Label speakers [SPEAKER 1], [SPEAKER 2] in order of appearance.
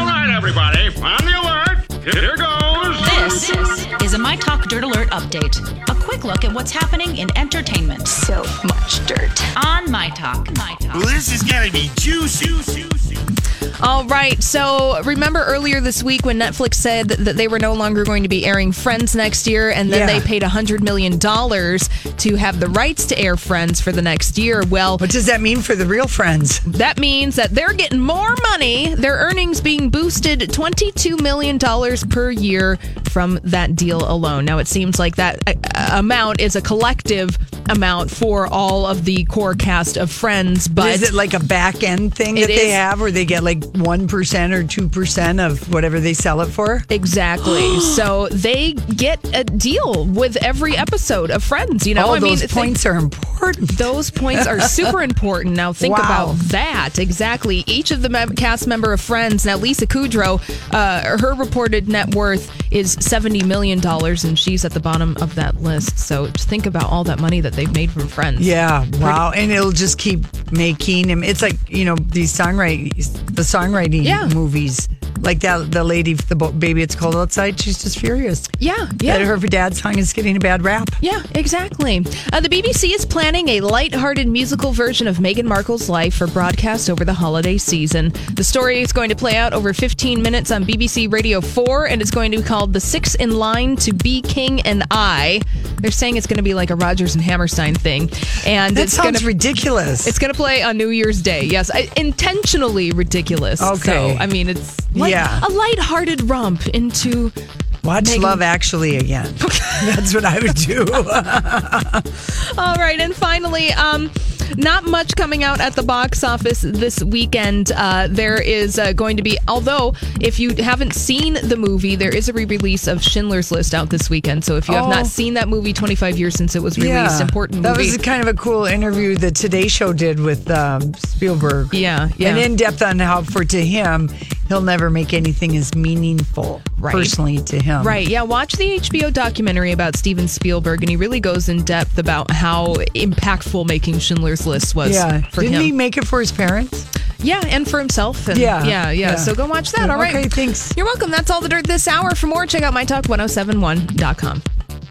[SPEAKER 1] everybody, on the alert. Here goes.
[SPEAKER 2] This is a My Talk Dirt Alert update. A quick look at what's happening in entertainment
[SPEAKER 3] So much dirt.
[SPEAKER 2] on My Talk. My Talk.
[SPEAKER 4] This is gonna be juicy.
[SPEAKER 3] All right. So remember earlier this week when Netflix said that they were no longer going to be airing Friends next year, and then
[SPEAKER 5] Yeah.
[SPEAKER 3] they paid $100 million to have the rights to air Friends for the next year? Well,
[SPEAKER 5] What does that mean for the real friends?
[SPEAKER 3] that means that they're getting more money, their earnings being boosted $22 million per year from that deal alone. Now, it seems like that uh, amount is a collective amount for all of the core cast of Friends, but.
[SPEAKER 5] is it like a back end thing
[SPEAKER 3] It
[SPEAKER 5] that they
[SPEAKER 3] is-
[SPEAKER 5] have where they get like 1% or 2% of whatever they sell it for?
[SPEAKER 3] Exactly. so they get a deal with every episode of Friends. You know,
[SPEAKER 5] All
[SPEAKER 3] I mean,
[SPEAKER 5] those
[SPEAKER 3] think-
[SPEAKER 5] points are important.
[SPEAKER 3] those points are super important. Now think
[SPEAKER 5] Wow.
[SPEAKER 3] about that exactly. Each of the mem- cast member of Friends. Now Lisa Kudrow, uh, her reported net worth is seventy million dollars, and she's at the bottom of that list. So just think about all that money that they've made from Friends.
[SPEAKER 5] Yeah, wow. And it'll just keep making him. It's like, you know, these songwriting, the songwriting
[SPEAKER 3] Yeah.
[SPEAKER 5] movies. Like that, the lady, the bo- baby, it's cold outside. She's just furious.
[SPEAKER 3] Yeah, yeah.
[SPEAKER 5] That her dad's song is getting a bad rap.
[SPEAKER 3] Yeah, exactly. Uh, the BBC is planning a light-hearted musical version of Meghan Markle's life for broadcast over the holiday season. The story is going to play out over 15 minutes on BBC Radio 4, and it's going to be called "The Six in Line to Be King and I." They're saying it's going to be like a Rogers and Hammerstein thing, and
[SPEAKER 5] That
[SPEAKER 3] it's
[SPEAKER 5] sounds
[SPEAKER 3] going to
[SPEAKER 5] ridiculous.
[SPEAKER 3] it's going to play on New Year's Day. Yes, I, intentionally ridiculous.
[SPEAKER 5] Okay.
[SPEAKER 3] So, I mean, it's like
[SPEAKER 5] Yeah.
[SPEAKER 3] a light-hearted romp into
[SPEAKER 5] Watch
[SPEAKER 3] Megan-
[SPEAKER 5] Love Actually again. That's what I would do.
[SPEAKER 3] All right, and finally, um, not much coming out at the box office this weekend. Uh, there is uh, going to be, although if you haven't seen the movie, there is a re-release of Schindler's List out this weekend. So if you have
[SPEAKER 5] Oh.
[SPEAKER 3] not seen that movie, 25 years since it was released, important
[SPEAKER 5] That
[SPEAKER 3] movie.
[SPEAKER 5] was kind of a cool interview the Today Show did with um, Spielberg.
[SPEAKER 3] Yeah, yeah.
[SPEAKER 5] And in depth on how, for to him, he'll never make anything as meaningful
[SPEAKER 3] Right.
[SPEAKER 5] personally to him.
[SPEAKER 3] Right, yeah. Watch the HBO documentary about Steven Spielberg, and he really goes in depth about how impactful making Schindler's List was
[SPEAKER 5] Yeah.
[SPEAKER 3] for
[SPEAKER 5] Didn't
[SPEAKER 3] him.
[SPEAKER 5] he make it for his parents?
[SPEAKER 3] Yeah, and for himself. And
[SPEAKER 5] Yeah,
[SPEAKER 3] yeah, yeah,
[SPEAKER 5] yeah.
[SPEAKER 3] So go watch that. All right.
[SPEAKER 5] Okay, thanks.
[SPEAKER 3] oh You're welcome. That's all the dirt this hour. For more, check out mytalk1071.com.